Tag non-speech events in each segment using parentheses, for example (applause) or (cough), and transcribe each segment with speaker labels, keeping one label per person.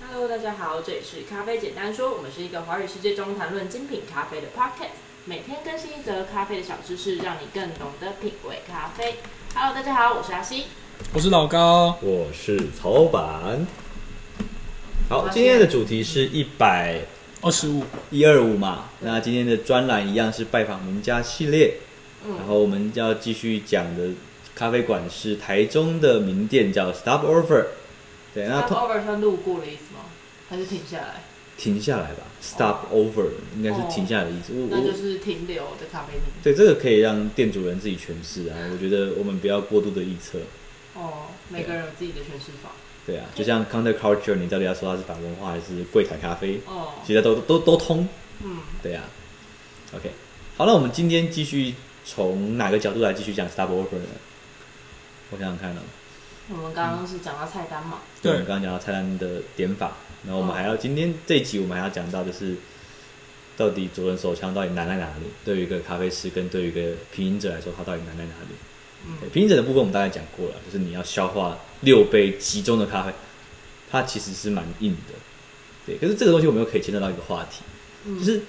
Speaker 1: Hello，大家好，这里是咖啡简单说，我们是一个华语世界中谈论精品咖啡的 Podcast，每天更新一则咖啡的小知识，让你更懂得品味咖啡。Hello，大家好，我是阿西。
Speaker 2: 我是老高，
Speaker 3: 我是曹板。好，
Speaker 1: 好
Speaker 3: 今天的主题是一百
Speaker 2: 二十五，
Speaker 3: 一二五嘛。那今天的专栏一样是拜访名家系列，
Speaker 1: 嗯
Speaker 3: 然后我们要继续讲的咖啡馆是台中的名店叫 Stop Over。对，那
Speaker 1: Stop
Speaker 3: 通
Speaker 1: over 算路过的意思吗？还是停下来？
Speaker 3: 停下来吧，Stop Over 应该是停下来的意思。我
Speaker 1: 哦那
Speaker 3: 我
Speaker 1: 就是停留的咖啡厅。
Speaker 3: 对这个可以让店主人自己诠释啊，我觉得我们不要过度的臆测。
Speaker 1: 哦，每个人有自己的诠释法。
Speaker 3: 对啊，就像 Counter Culture，你到底要说它是反文化还是柜台咖啡？
Speaker 1: 哦，
Speaker 3: 其实都都都通。
Speaker 1: 嗯，
Speaker 3: 对呀、o k 好了，那我们今天继续从哪个角度来继续讲 Stop Over 呢？我想想看啊，
Speaker 1: 我们刚刚是讲到菜单嘛，
Speaker 2: 对
Speaker 3: 我们刚刚讲到菜单的点法，然后我们
Speaker 1: 嗯
Speaker 3: 还要、今天这一集我们还要讲到就是，到底左轮手枪到底难在哪里？对于一个咖啡师跟对于一个品饮者来说，它到底难在哪里？对
Speaker 1: 嗯，
Speaker 3: 品饮者的部分我们大概讲过了，就是你要消化六杯集中的咖啡，它其实是蛮硬的。对，可是这个东西我们又可以牵扯到一个话题，
Speaker 1: 嗯
Speaker 3: 就是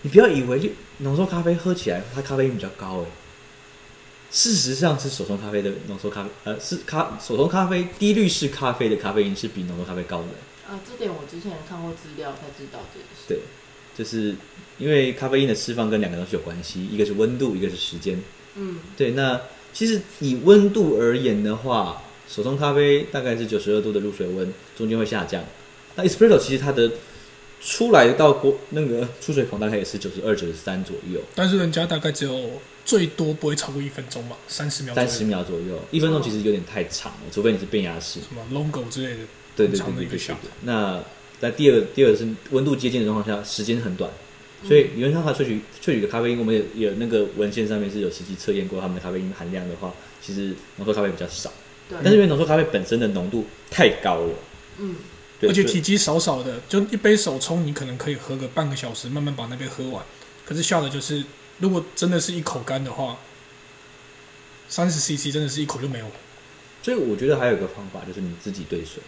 Speaker 3: 你不要以为就浓缩咖啡喝起来它咖啡因比较高诶，事实上是手冲咖啡的浓缩咖啡，呃，是咖手冲咖啡低滤式咖啡的咖啡因是比浓缩咖啡高的。
Speaker 1: 啊，这点我之前看过资料才知道这件事。
Speaker 3: 嗯对，就是因为咖啡因的释放跟两个东西有关系，一个是温度，一个是时间。
Speaker 1: 嗯，
Speaker 3: 对，那其实以温度而言的话，手冲咖啡大概是九十二度的入水温，中间会下降。那 espresso 其实它的出来到锅那个出水孔大概也是九十二、九十三左右，
Speaker 2: 但是人家大概只有最多不会超过一分钟吧，三十秒左右，
Speaker 3: 三十秒左右，一分钟其实有点太长了，除非你是变压式。
Speaker 2: 什么 logo 之类的，
Speaker 3: 对
Speaker 2: 很
Speaker 3: 对对
Speaker 2: 长的
Speaker 3: 对
Speaker 2: 一个
Speaker 3: 对
Speaker 2: 小
Speaker 3: 对
Speaker 2: 时。。
Speaker 3: 那在第二个，第二个是温度接近的状况下，时间很短，所
Speaker 1: 嗯
Speaker 3: 以原则上它萃取萃取的咖啡因，我们也有那个文献上面是有实际测验过它们的咖啡因含量的话，其实浓缩咖啡比较少。
Speaker 2: 嗯
Speaker 1: 对，
Speaker 3: 但是因为浓缩咖啡本身的浓度太高了，
Speaker 1: 嗯，
Speaker 3: 对
Speaker 2: 而且
Speaker 3: 所以
Speaker 2: 体积少少的，就一杯手冲，你可能可以喝个半个小时，慢慢把那杯喝完。可是下的就是，如果真的是一口干的话，三十 CC 真的是一口就没有了。
Speaker 3: 所以我觉得还有一个方法就是你自己兑水，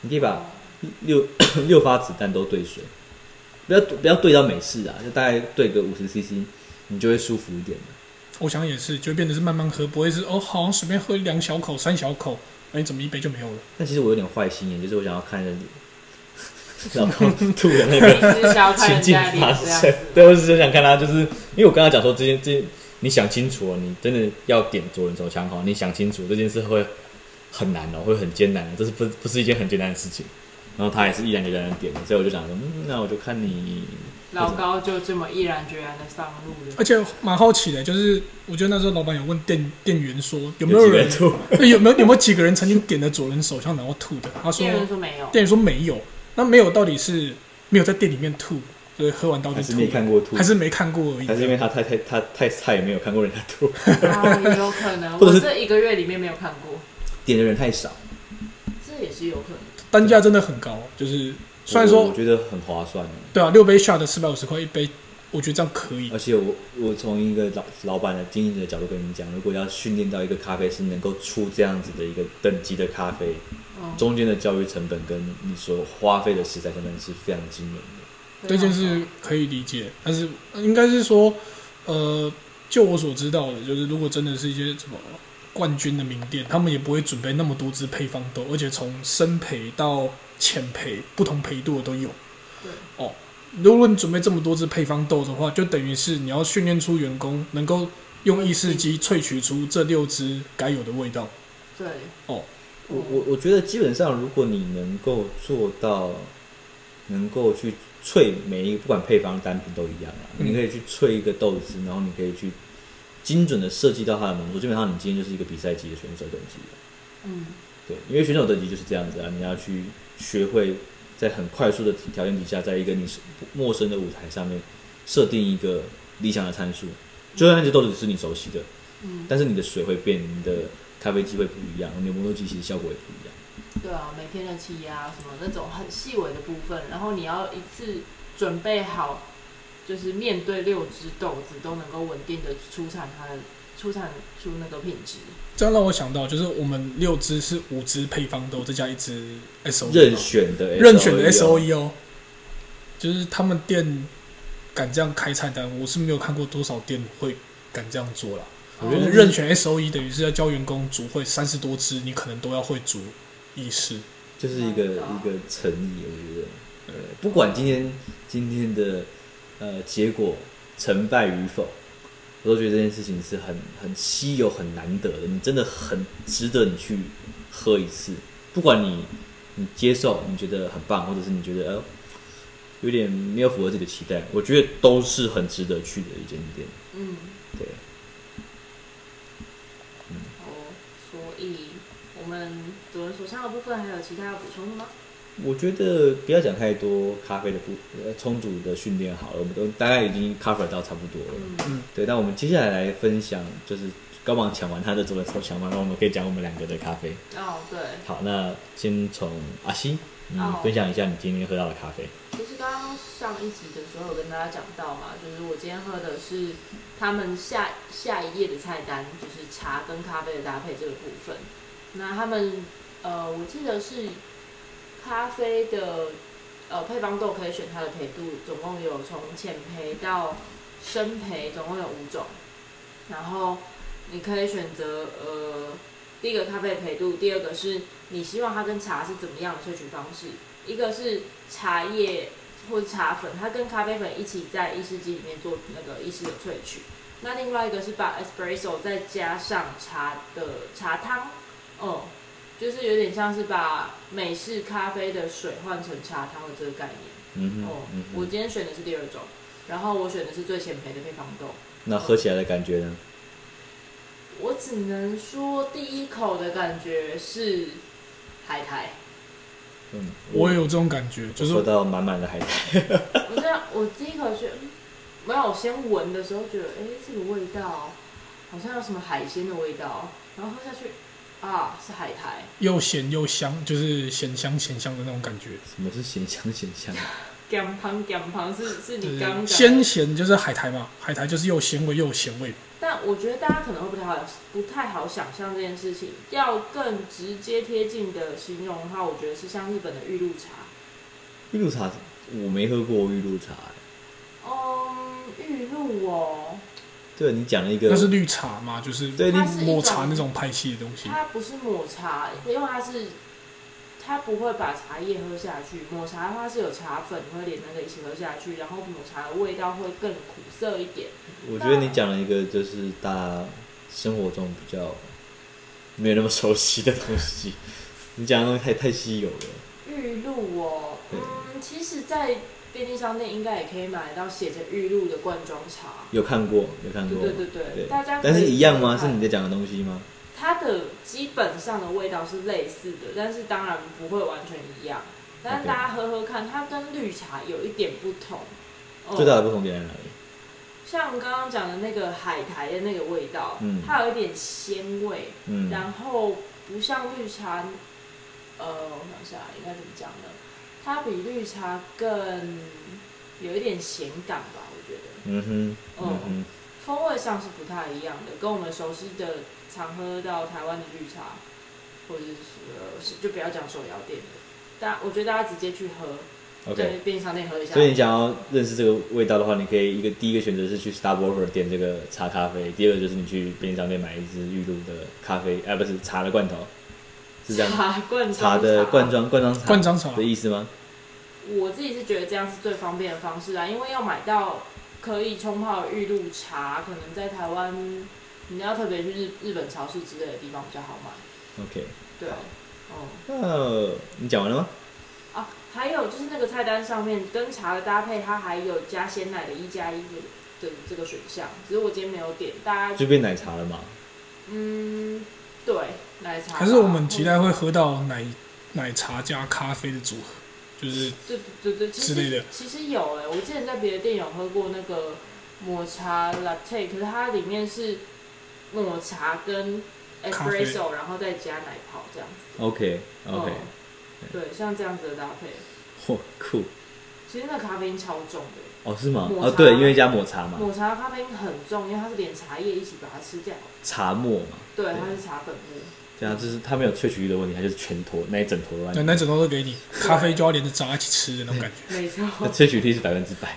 Speaker 3: 你可以把六 (clears throat) 六发子弹都兑水，不要不要兑到美式啊，就大概兑个五十 CC，你就会舒服一点了。
Speaker 2: 我想也是，就变得是慢慢喝，不会是哦，好像随便喝两小口、三小口，哎、怎么一杯就没有了？
Speaker 3: 但其实我有点坏心眼，就是我想要看 (laughs) 人老公吐的那个
Speaker 1: 一直想要看
Speaker 3: (laughs) 情
Speaker 1: 人
Speaker 3: 境
Speaker 1: 家的
Speaker 3: 发
Speaker 1: 脸这样
Speaker 3: 生
Speaker 1: 子。。
Speaker 3: 对，我只是想看他，就是因为我刚刚讲说这件这件，你想清楚哦，你真的要点左轮手枪哈，你想清楚这件事会很难哦，会很艰难的，这是不不是一件很简单的事情。然后他也是毅然决然的点了，所以我就想说，嗯，那我就看你
Speaker 1: 老高就这么毅然决然的上路了。
Speaker 2: 而且蛮好奇的，就是我觉得那时候老板有问店店员说有
Speaker 3: 有
Speaker 2: 没有
Speaker 3: 几个
Speaker 2: 人
Speaker 3: 吐，
Speaker 2: 对 (laughs) 有没有有没有几个人曾经点了左轮手枪然后吐的？他说
Speaker 1: 店员
Speaker 2: 店
Speaker 1: 说没有，
Speaker 2: 员说没有，那没有到底是没有在店里面吐，就是喝完到
Speaker 3: (laughs) 还
Speaker 2: 底
Speaker 3: 是
Speaker 2: 吐
Speaker 3: 没看过吐，
Speaker 2: 还是没看过而已？
Speaker 3: 还是因为他太太他太菜，没有看过人家吐，
Speaker 1: 啊，也有可能。
Speaker 3: (laughs) 或
Speaker 1: 我
Speaker 3: 者是
Speaker 1: 这一个月里面没有看过，
Speaker 3: 点的人太少。
Speaker 1: 这也是有可能。
Speaker 2: 单价真的很高，就是虽然
Speaker 3: 我
Speaker 2: 说
Speaker 3: 我觉得很划算哦，
Speaker 2: 对啊，六杯下的四百五十块一杯，我觉得这样可以
Speaker 3: 而。且我我从一个老老板的经营者的角度跟你们讲，如果要训练到一个咖啡师能够出这样子的一个等级的咖啡，
Speaker 1: 嗯，
Speaker 3: 中间的教育成本跟你所花费的食材成本是非常惊人的。
Speaker 1: 啊
Speaker 2: 这件事可以理解，但是应该是说，呃，就我所知道的，就是如果真的是一些什么冠军的名店，他们也不会准备那么多支配方豆，而且从深培到浅培，不同培度的都有。
Speaker 1: 对
Speaker 2: 哦，如果你准备这么多支配方豆的话，就等于是你要训练出员工能够用意式机萃取出这六支该有的味道。
Speaker 1: 对
Speaker 2: 哦，
Speaker 3: 我我我觉得基本上，如果你能够做到，能够去萃每一个不管配方单品都一样啊，
Speaker 2: 嗯
Speaker 3: 你可以去萃一个豆子，然后你可以去精准的设计到它的浓度，基本上你今天就是一个比赛级的选手等级了。
Speaker 1: 嗯，
Speaker 3: 对，因为选手等级就是这样子啊，你要去学会在很快速的条件底下，在一个你是陌生的舞台上面设定一个理想的参数，就算那只豆子是你熟悉的，
Speaker 1: 嗯，
Speaker 3: 但是你的水会变，你的咖啡机会不一样，你的磨豆机其实效果也不一样。
Speaker 1: 对啊，每天的气压什么那种很细微的部分，然后你要一次准备好，就是面对六只豆子都能够稳定的出产它的呃出产出那个品质。
Speaker 2: 这样让我想到，就是我们六支是五支配方豆，再加一支 S O
Speaker 3: 任选的
Speaker 2: 任选的 S O
Speaker 3: SOE，
Speaker 2: E 哦，就是他们店敢这样开菜单，我是没有看过多少店会敢这样做啦。
Speaker 3: 我
Speaker 2: 就
Speaker 3: 觉
Speaker 2: 是
Speaker 1: 哦
Speaker 3: 得
Speaker 2: 任选 S O E 等于是要教员工煮会三十多支，你可能都要会煮意式。
Speaker 3: 就是一个
Speaker 1: 哦
Speaker 3: 一个诚意，我觉得，对，不管今天今天的呃结果成败与否，我都觉得这件事情是很很稀有、很难得的，你真的很值得你去喝一次，不管你你接受你觉得很棒，或者是你觉得呃有点没有符合自己的期待，我觉得都是很值得去的一间店，
Speaker 1: 嗯，
Speaker 3: 对。
Speaker 1: 哦，所以我们主人所上的部分还有其他要补充的吗？
Speaker 3: 我觉得不要讲太多咖啡的不呃充足的训练好了，我们都大概已经 cover 到差不多了。
Speaker 1: 嗯
Speaker 3: 对，那我们接下来来分享，就是高榜抢完他的左手抢完，然后我们可以讲我们两个的咖啡。
Speaker 1: 哦，对，
Speaker 3: 好，那先从阿西，嗯，
Speaker 1: 哦
Speaker 3: 分享一下你今天喝到的咖啡。
Speaker 1: 其实刚刚上一集的时候有跟大家讲到嘛，就是我今天喝的是他们下下一页的菜单，就是茶跟咖啡的搭配这个部分。那他们呃，我记得是咖啡的呃配方豆可以选它的焙度，总共有从浅焙到深焙，总共有五种。然后你可以选择呃第一个咖啡的焙度，第二个是你希望它跟茶是怎么样的萃取方式，一个是茶叶或者茶粉，它跟咖啡粉一起在意式机里面做那个意式的萃取。那另外一个是把 espresso 再加上茶的茶汤，哦、就是有点像是把美式咖啡的水换成茶汤的这个概念。
Speaker 3: 嗯哼，
Speaker 1: 哦、
Speaker 3: 嗯
Speaker 1: 我
Speaker 3: 哼，
Speaker 1: 今天选的是第二种，然后我选的是最浅焙的配方豆。
Speaker 3: 那喝起来的感觉呢？
Speaker 1: 我只能说，第一口的感觉是海苔。
Speaker 3: 嗯，
Speaker 2: 我也有这种感觉，就是
Speaker 3: 喝到满满的海苔。
Speaker 1: 我这样，我第一口觉得，嗯没有，我先闻的时候觉得，哎、这个味道好像有什么海鲜的味道，然后喝下去，啊，是海苔。
Speaker 2: 又咸又香，就是咸香咸香的那种感觉。
Speaker 3: 什么是咸香咸
Speaker 2: (laughs)
Speaker 3: 香？
Speaker 1: 干旁干旁是是
Speaker 2: 就
Speaker 1: 你刚刚
Speaker 2: 是鲜
Speaker 1: 讲的，
Speaker 2: 咸就是海苔嘛，海苔就是又鲜味又有咸味。
Speaker 1: 但我觉得大家可能会不太好不太好想象这件事情。要更直接贴近的形容的话，我觉得是像日本的玉露茶。
Speaker 3: 玉露茶我没喝过玉露茶、欸
Speaker 1: 嗯，玉露哦，
Speaker 3: 对你讲了一个
Speaker 2: 那，是绿茶嘛，就是
Speaker 3: 对你
Speaker 1: 它是一
Speaker 2: 抹茶那种派系的东西。
Speaker 1: 它不是抹茶，因为它是它不会把茶叶喝下去。抹茶的话是有茶粉会连那个一起喝下去，然后抹茶的味道会更苦涩一点。
Speaker 3: 我觉得你讲了一个就是大家生活中比较没有那么熟悉的东西，你讲的东西太太稀有了。
Speaker 1: 玉露哦，嗯，其实，在便利商店应该也可以买到写着玉露的罐装茶。
Speaker 3: 有看过，有看
Speaker 1: 对
Speaker 3: 过，
Speaker 1: 对对对，
Speaker 3: 对
Speaker 1: 大家可以
Speaker 3: 但是一样吗？
Speaker 1: 看
Speaker 3: 是你在讲的东西吗？
Speaker 1: 它的基本上的味道是类似的，但是当然不会完全一样。但是
Speaker 3: OK
Speaker 1: 大家喝喝看，它跟绿茶有一点不同。哦
Speaker 3: 最大的不同点在哪里？
Speaker 1: 像刚刚讲的那个海苔的那个味道，
Speaker 3: 嗯
Speaker 1: 它有一点鲜味，
Speaker 3: 嗯，
Speaker 1: 然后不像绿茶，呃，我想一下应该怎么讲呢？它比绿茶更有一点咸感吧，我觉得
Speaker 3: 嗯哼，
Speaker 1: 哦
Speaker 3: 嗯哼，
Speaker 1: 风味上是不太一样的，跟我们熟悉的常喝到台湾的绿茶，或者是呃，是就不要讲手摇店的，大我觉得大家直接去喝，
Speaker 3: ，OK。
Speaker 1: 对，便利商店喝一下
Speaker 3: 所以你想要认识这个味道的话，你可以一个第一个选择是去 Starbucks 点这个茶咖啡，第二个就是你去便利商店买一支玉露的咖啡，啊，不是茶的罐头，是这样吗，
Speaker 1: 茶罐
Speaker 3: 茶的
Speaker 1: 罐
Speaker 3: 罐装罐装茶
Speaker 2: 灌章茶
Speaker 3: 的意思吗？
Speaker 1: 我自己是觉得这样是最方便的方式啊，因为要买到可以冲泡的玉露茶，可能在台湾你要特别去日日本超市之类的地方比较好买。
Speaker 3: OK，
Speaker 1: 对，哦、
Speaker 3: 那你讲完了吗？
Speaker 1: 啊，还有就是那个菜单上面跟茶的搭配，它还有加鲜奶的一加一的这个选项，只是我今天没有点，大家
Speaker 3: 就变奶茶了嘛。
Speaker 1: 嗯，对，奶茶吧。
Speaker 2: 还是我们期待会喝到奶奶茶加咖啡的组合，就是
Speaker 1: 对对对，其实
Speaker 2: 之类的
Speaker 1: 其实有哎、我之前在别的店有喝过那个抹茶 latte，可是它里面是抹茶跟
Speaker 2: 咖啡
Speaker 1: espresso，然后再加奶泡这样子。哦
Speaker 3: OK OK，
Speaker 1: 嗯对，像这样子的搭配，
Speaker 3: 嚯酷，
Speaker 1: 其实那咖啡因超重的，
Speaker 3: 哦，是吗？
Speaker 1: 抹
Speaker 3: 哦，
Speaker 1: 茶
Speaker 3: 对，因为加抹茶嘛，
Speaker 1: 抹茶咖啡因很重，因为它是连茶叶一起把它吃掉，
Speaker 3: 茶末嘛，
Speaker 1: 对，它是茶粉末，
Speaker 3: 对啊，就是它没有萃取率的问题，它就是全坨那一整坨乱
Speaker 2: 对，。那整头都给你，咖啡就要连着渣一起吃的那种感觉，
Speaker 1: 没错，
Speaker 3: (laughs) 那萃取率是百分之百。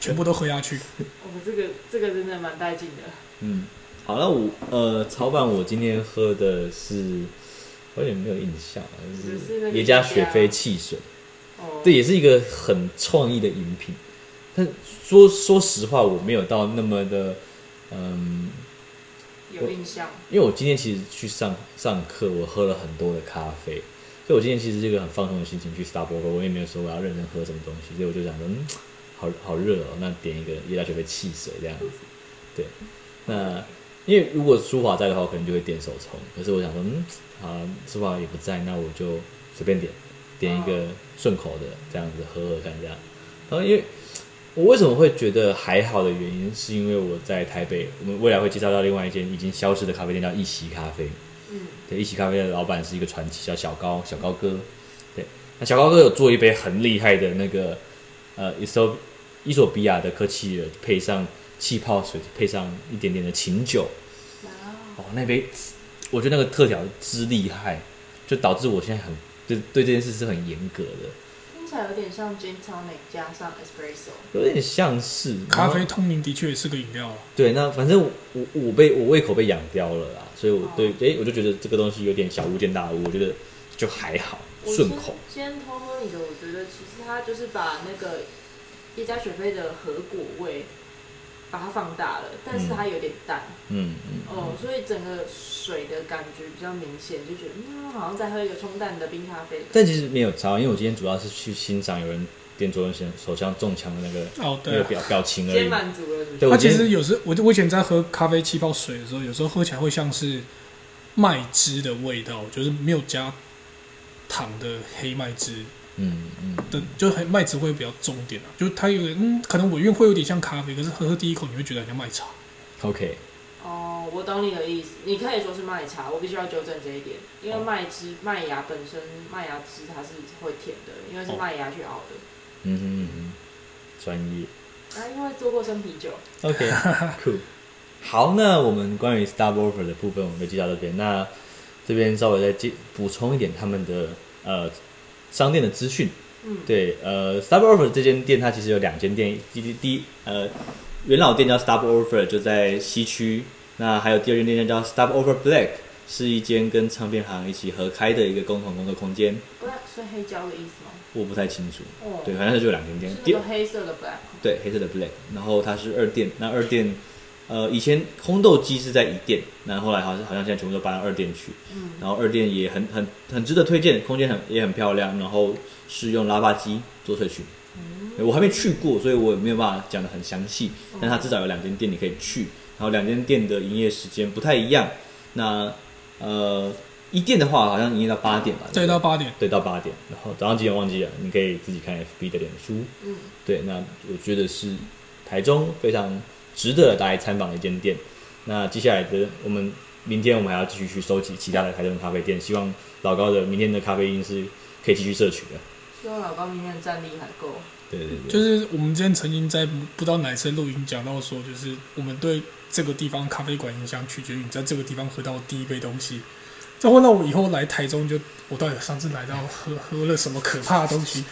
Speaker 2: 全部都喝下去。
Speaker 1: 我们这个这个真的蛮带劲的，
Speaker 3: 嗯，好，那我呃，草板我今天喝的是，我有点没有印象，啊就
Speaker 1: 只是那
Speaker 3: 是
Speaker 1: 个
Speaker 3: 耶嗯加
Speaker 1: 雪
Speaker 3: 雪
Speaker 1: 茄
Speaker 3: 菲汽水，
Speaker 1: 哦，
Speaker 3: 这也是一个很创意的饮品。但说说实话，我没有到那么的，嗯，
Speaker 1: 有印象，
Speaker 3: 因为我今天其实去上上课，我喝了很多的咖啡，所以我今天其实是一个很放松的心情去 Starbucks，我也没有说我要认真喝什么东西，所以我就想说，嗯，好好热哦，那点一个椰加雪菲汽水这样子，对，那因为如果舒华在的话，我可能就会点手冲，可是我想说，嗯，好啊，舒华也不在，那我就随便点，点一个顺口的这样子喝喝看这样，然后因为。我为什么会觉得还好的原因，是因为我在台北，我们未来会介绍到另外一间已经消失的咖啡店，叫一席咖啡。
Speaker 1: 嗯，
Speaker 3: 对，一席咖啡的老板是一个传奇，叫小高，小高哥。对，那小高哥有做一杯很厉害的那个呃，伊索伊索比亚的科奇尔，配上气泡水，配上一点点的琴酒，
Speaker 1: 哇
Speaker 3: 哦，那杯我觉得那个特调之厉害，就导致我现在很对对这件事是很严格的，
Speaker 1: 听起来有点像 gin tonic 加上 espresso，
Speaker 3: 有点像是
Speaker 2: 咖
Speaker 3: 然
Speaker 2: 啡
Speaker 3: 后
Speaker 2: 通灵的确也是个饮料啊，
Speaker 3: 对，那反正我我我被我胃口被养刁了啦，所以我
Speaker 1: 哦
Speaker 3: 对诶，我就觉得这个东西有点小巫见大巫，我觉得就还好，
Speaker 1: 我
Speaker 3: 顺口。
Speaker 1: 今天偷喝你的，我觉得其实它就是把那个叶加雪菲的核果味把它放大了，但是它有点淡、
Speaker 3: 嗯嗯，
Speaker 1: 哦，所以整个水的感觉比较明显，就觉得嗯，好像在喝一个冲淡的冰咖啡。
Speaker 3: 但其实没有差，因为我今天主要是去欣赏有人电卓人手手枪中枪的那个
Speaker 2: 哦，
Speaker 3: 那
Speaker 2: 对
Speaker 3: 个
Speaker 2: 啊。
Speaker 3: 表表情
Speaker 1: 今
Speaker 3: 而
Speaker 1: 天
Speaker 3: 已。
Speaker 1: 满足了是不是，
Speaker 3: 对，我
Speaker 2: 它其
Speaker 3: 今天
Speaker 2: 实有时我我以前在喝咖啡气泡水的时候，有时候喝起来会像是麦汁的味道，就是没有加糖的黑麦汁
Speaker 3: 嗯嗯
Speaker 2: 的，就很麦汁会比较重一点啊。就是它有点嗯，可能尾韵会有点像咖啡，可是喝喝第一口你会觉得很像麦茶。
Speaker 3: ，OK，
Speaker 1: 哦，我懂你的意思，你可以说是麦茶，我必须要纠正这一点，因为麦汁、麦芽本身麦芽汁它是会甜的，因为是
Speaker 3: 哦
Speaker 1: 麦芽去熬的。
Speaker 3: 嗯嗯嗯嗯，专业
Speaker 1: 啊，因为做过生啤酒，
Speaker 3: ，OK，cool。好，那我们关于 Star w a r f 的部分我们就介绍到这边。那这边稍微再介补充一点他们的呃商店的资讯。
Speaker 1: 嗯，
Speaker 3: 对，呃，Star Offer 这间店它其实有两间店，第第第一呃元老店叫 Star Offer，就在西区，那还有第二间店叫 Star Offer Black，是一间跟唱片行一起合开的一个共同工作空间，
Speaker 1: 不是是黑胶的意思吗？
Speaker 3: 我不太清楚。
Speaker 1: 哦，
Speaker 3: 对，反正就有两间店
Speaker 1: 是。那
Speaker 3: 第
Speaker 1: 个黑色的 black，
Speaker 3: 对黑色的 Black，然后它是二店，那二店呃以前烘豆机是在一店，那后来好像好像现在全部都搬到二店去。
Speaker 1: 嗯，
Speaker 3: 然后二店也很很很值得推荐，空间很也很漂亮，然后是用拉霸机做萃取。我还没去过，所以我也没有办法讲的很详细，但它至少有两间店你可以去，然后两间店的营业时间不太一样。那呃，一店的话好像营业到八点吧，
Speaker 2: 再到八点，
Speaker 3: 对到八点，然后早上几点忘记了，你可以自己看 FB 的脸书。
Speaker 1: 嗯，
Speaker 3: 对，那我觉得是台中非常值得来参访的一间店。那接下来的我们明天我们还要继续去收集其他的台中咖啡店，希望老高的明天的咖啡因是可以继续摄取的。
Speaker 1: 希望老高明天的战力还够。
Speaker 3: 对对对，
Speaker 2: 就是我们之前曾经在不知道哪一次录音讲到说，就是我们对这个地方咖啡馆影响取决于你在这个地方喝到的第一杯东西。这换到我以后来台中就，我到底上次来到喝喝了什么可怕的东西，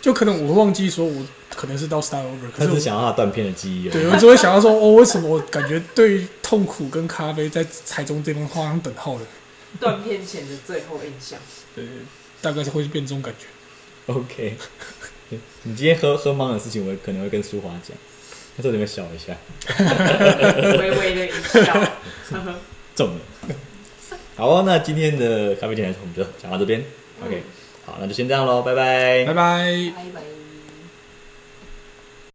Speaker 2: 就可能我会忘记说我可能是到 Star Over，
Speaker 3: 他
Speaker 2: 可
Speaker 3: 只
Speaker 2: 是
Speaker 3: 想要他断片的记忆
Speaker 2: 我
Speaker 3: 而已。
Speaker 2: 对我只会想到说哦，为什么我感觉对于痛苦跟咖啡在台中这方画上等号了？
Speaker 1: 断片前的最后印象，
Speaker 2: 对，大概是会变这种感觉。
Speaker 3: (laughs) OK，你今天喝喝懵的事情，我可能会跟舒华讲，他说你们笑一下。
Speaker 1: 微微的一笑。
Speaker 3: 中了。好哦，那今天的咖啡电台我们就讲到这边。OK，好，那就先这样喽，拜拜
Speaker 2: 拜拜。
Speaker 1: 拜拜。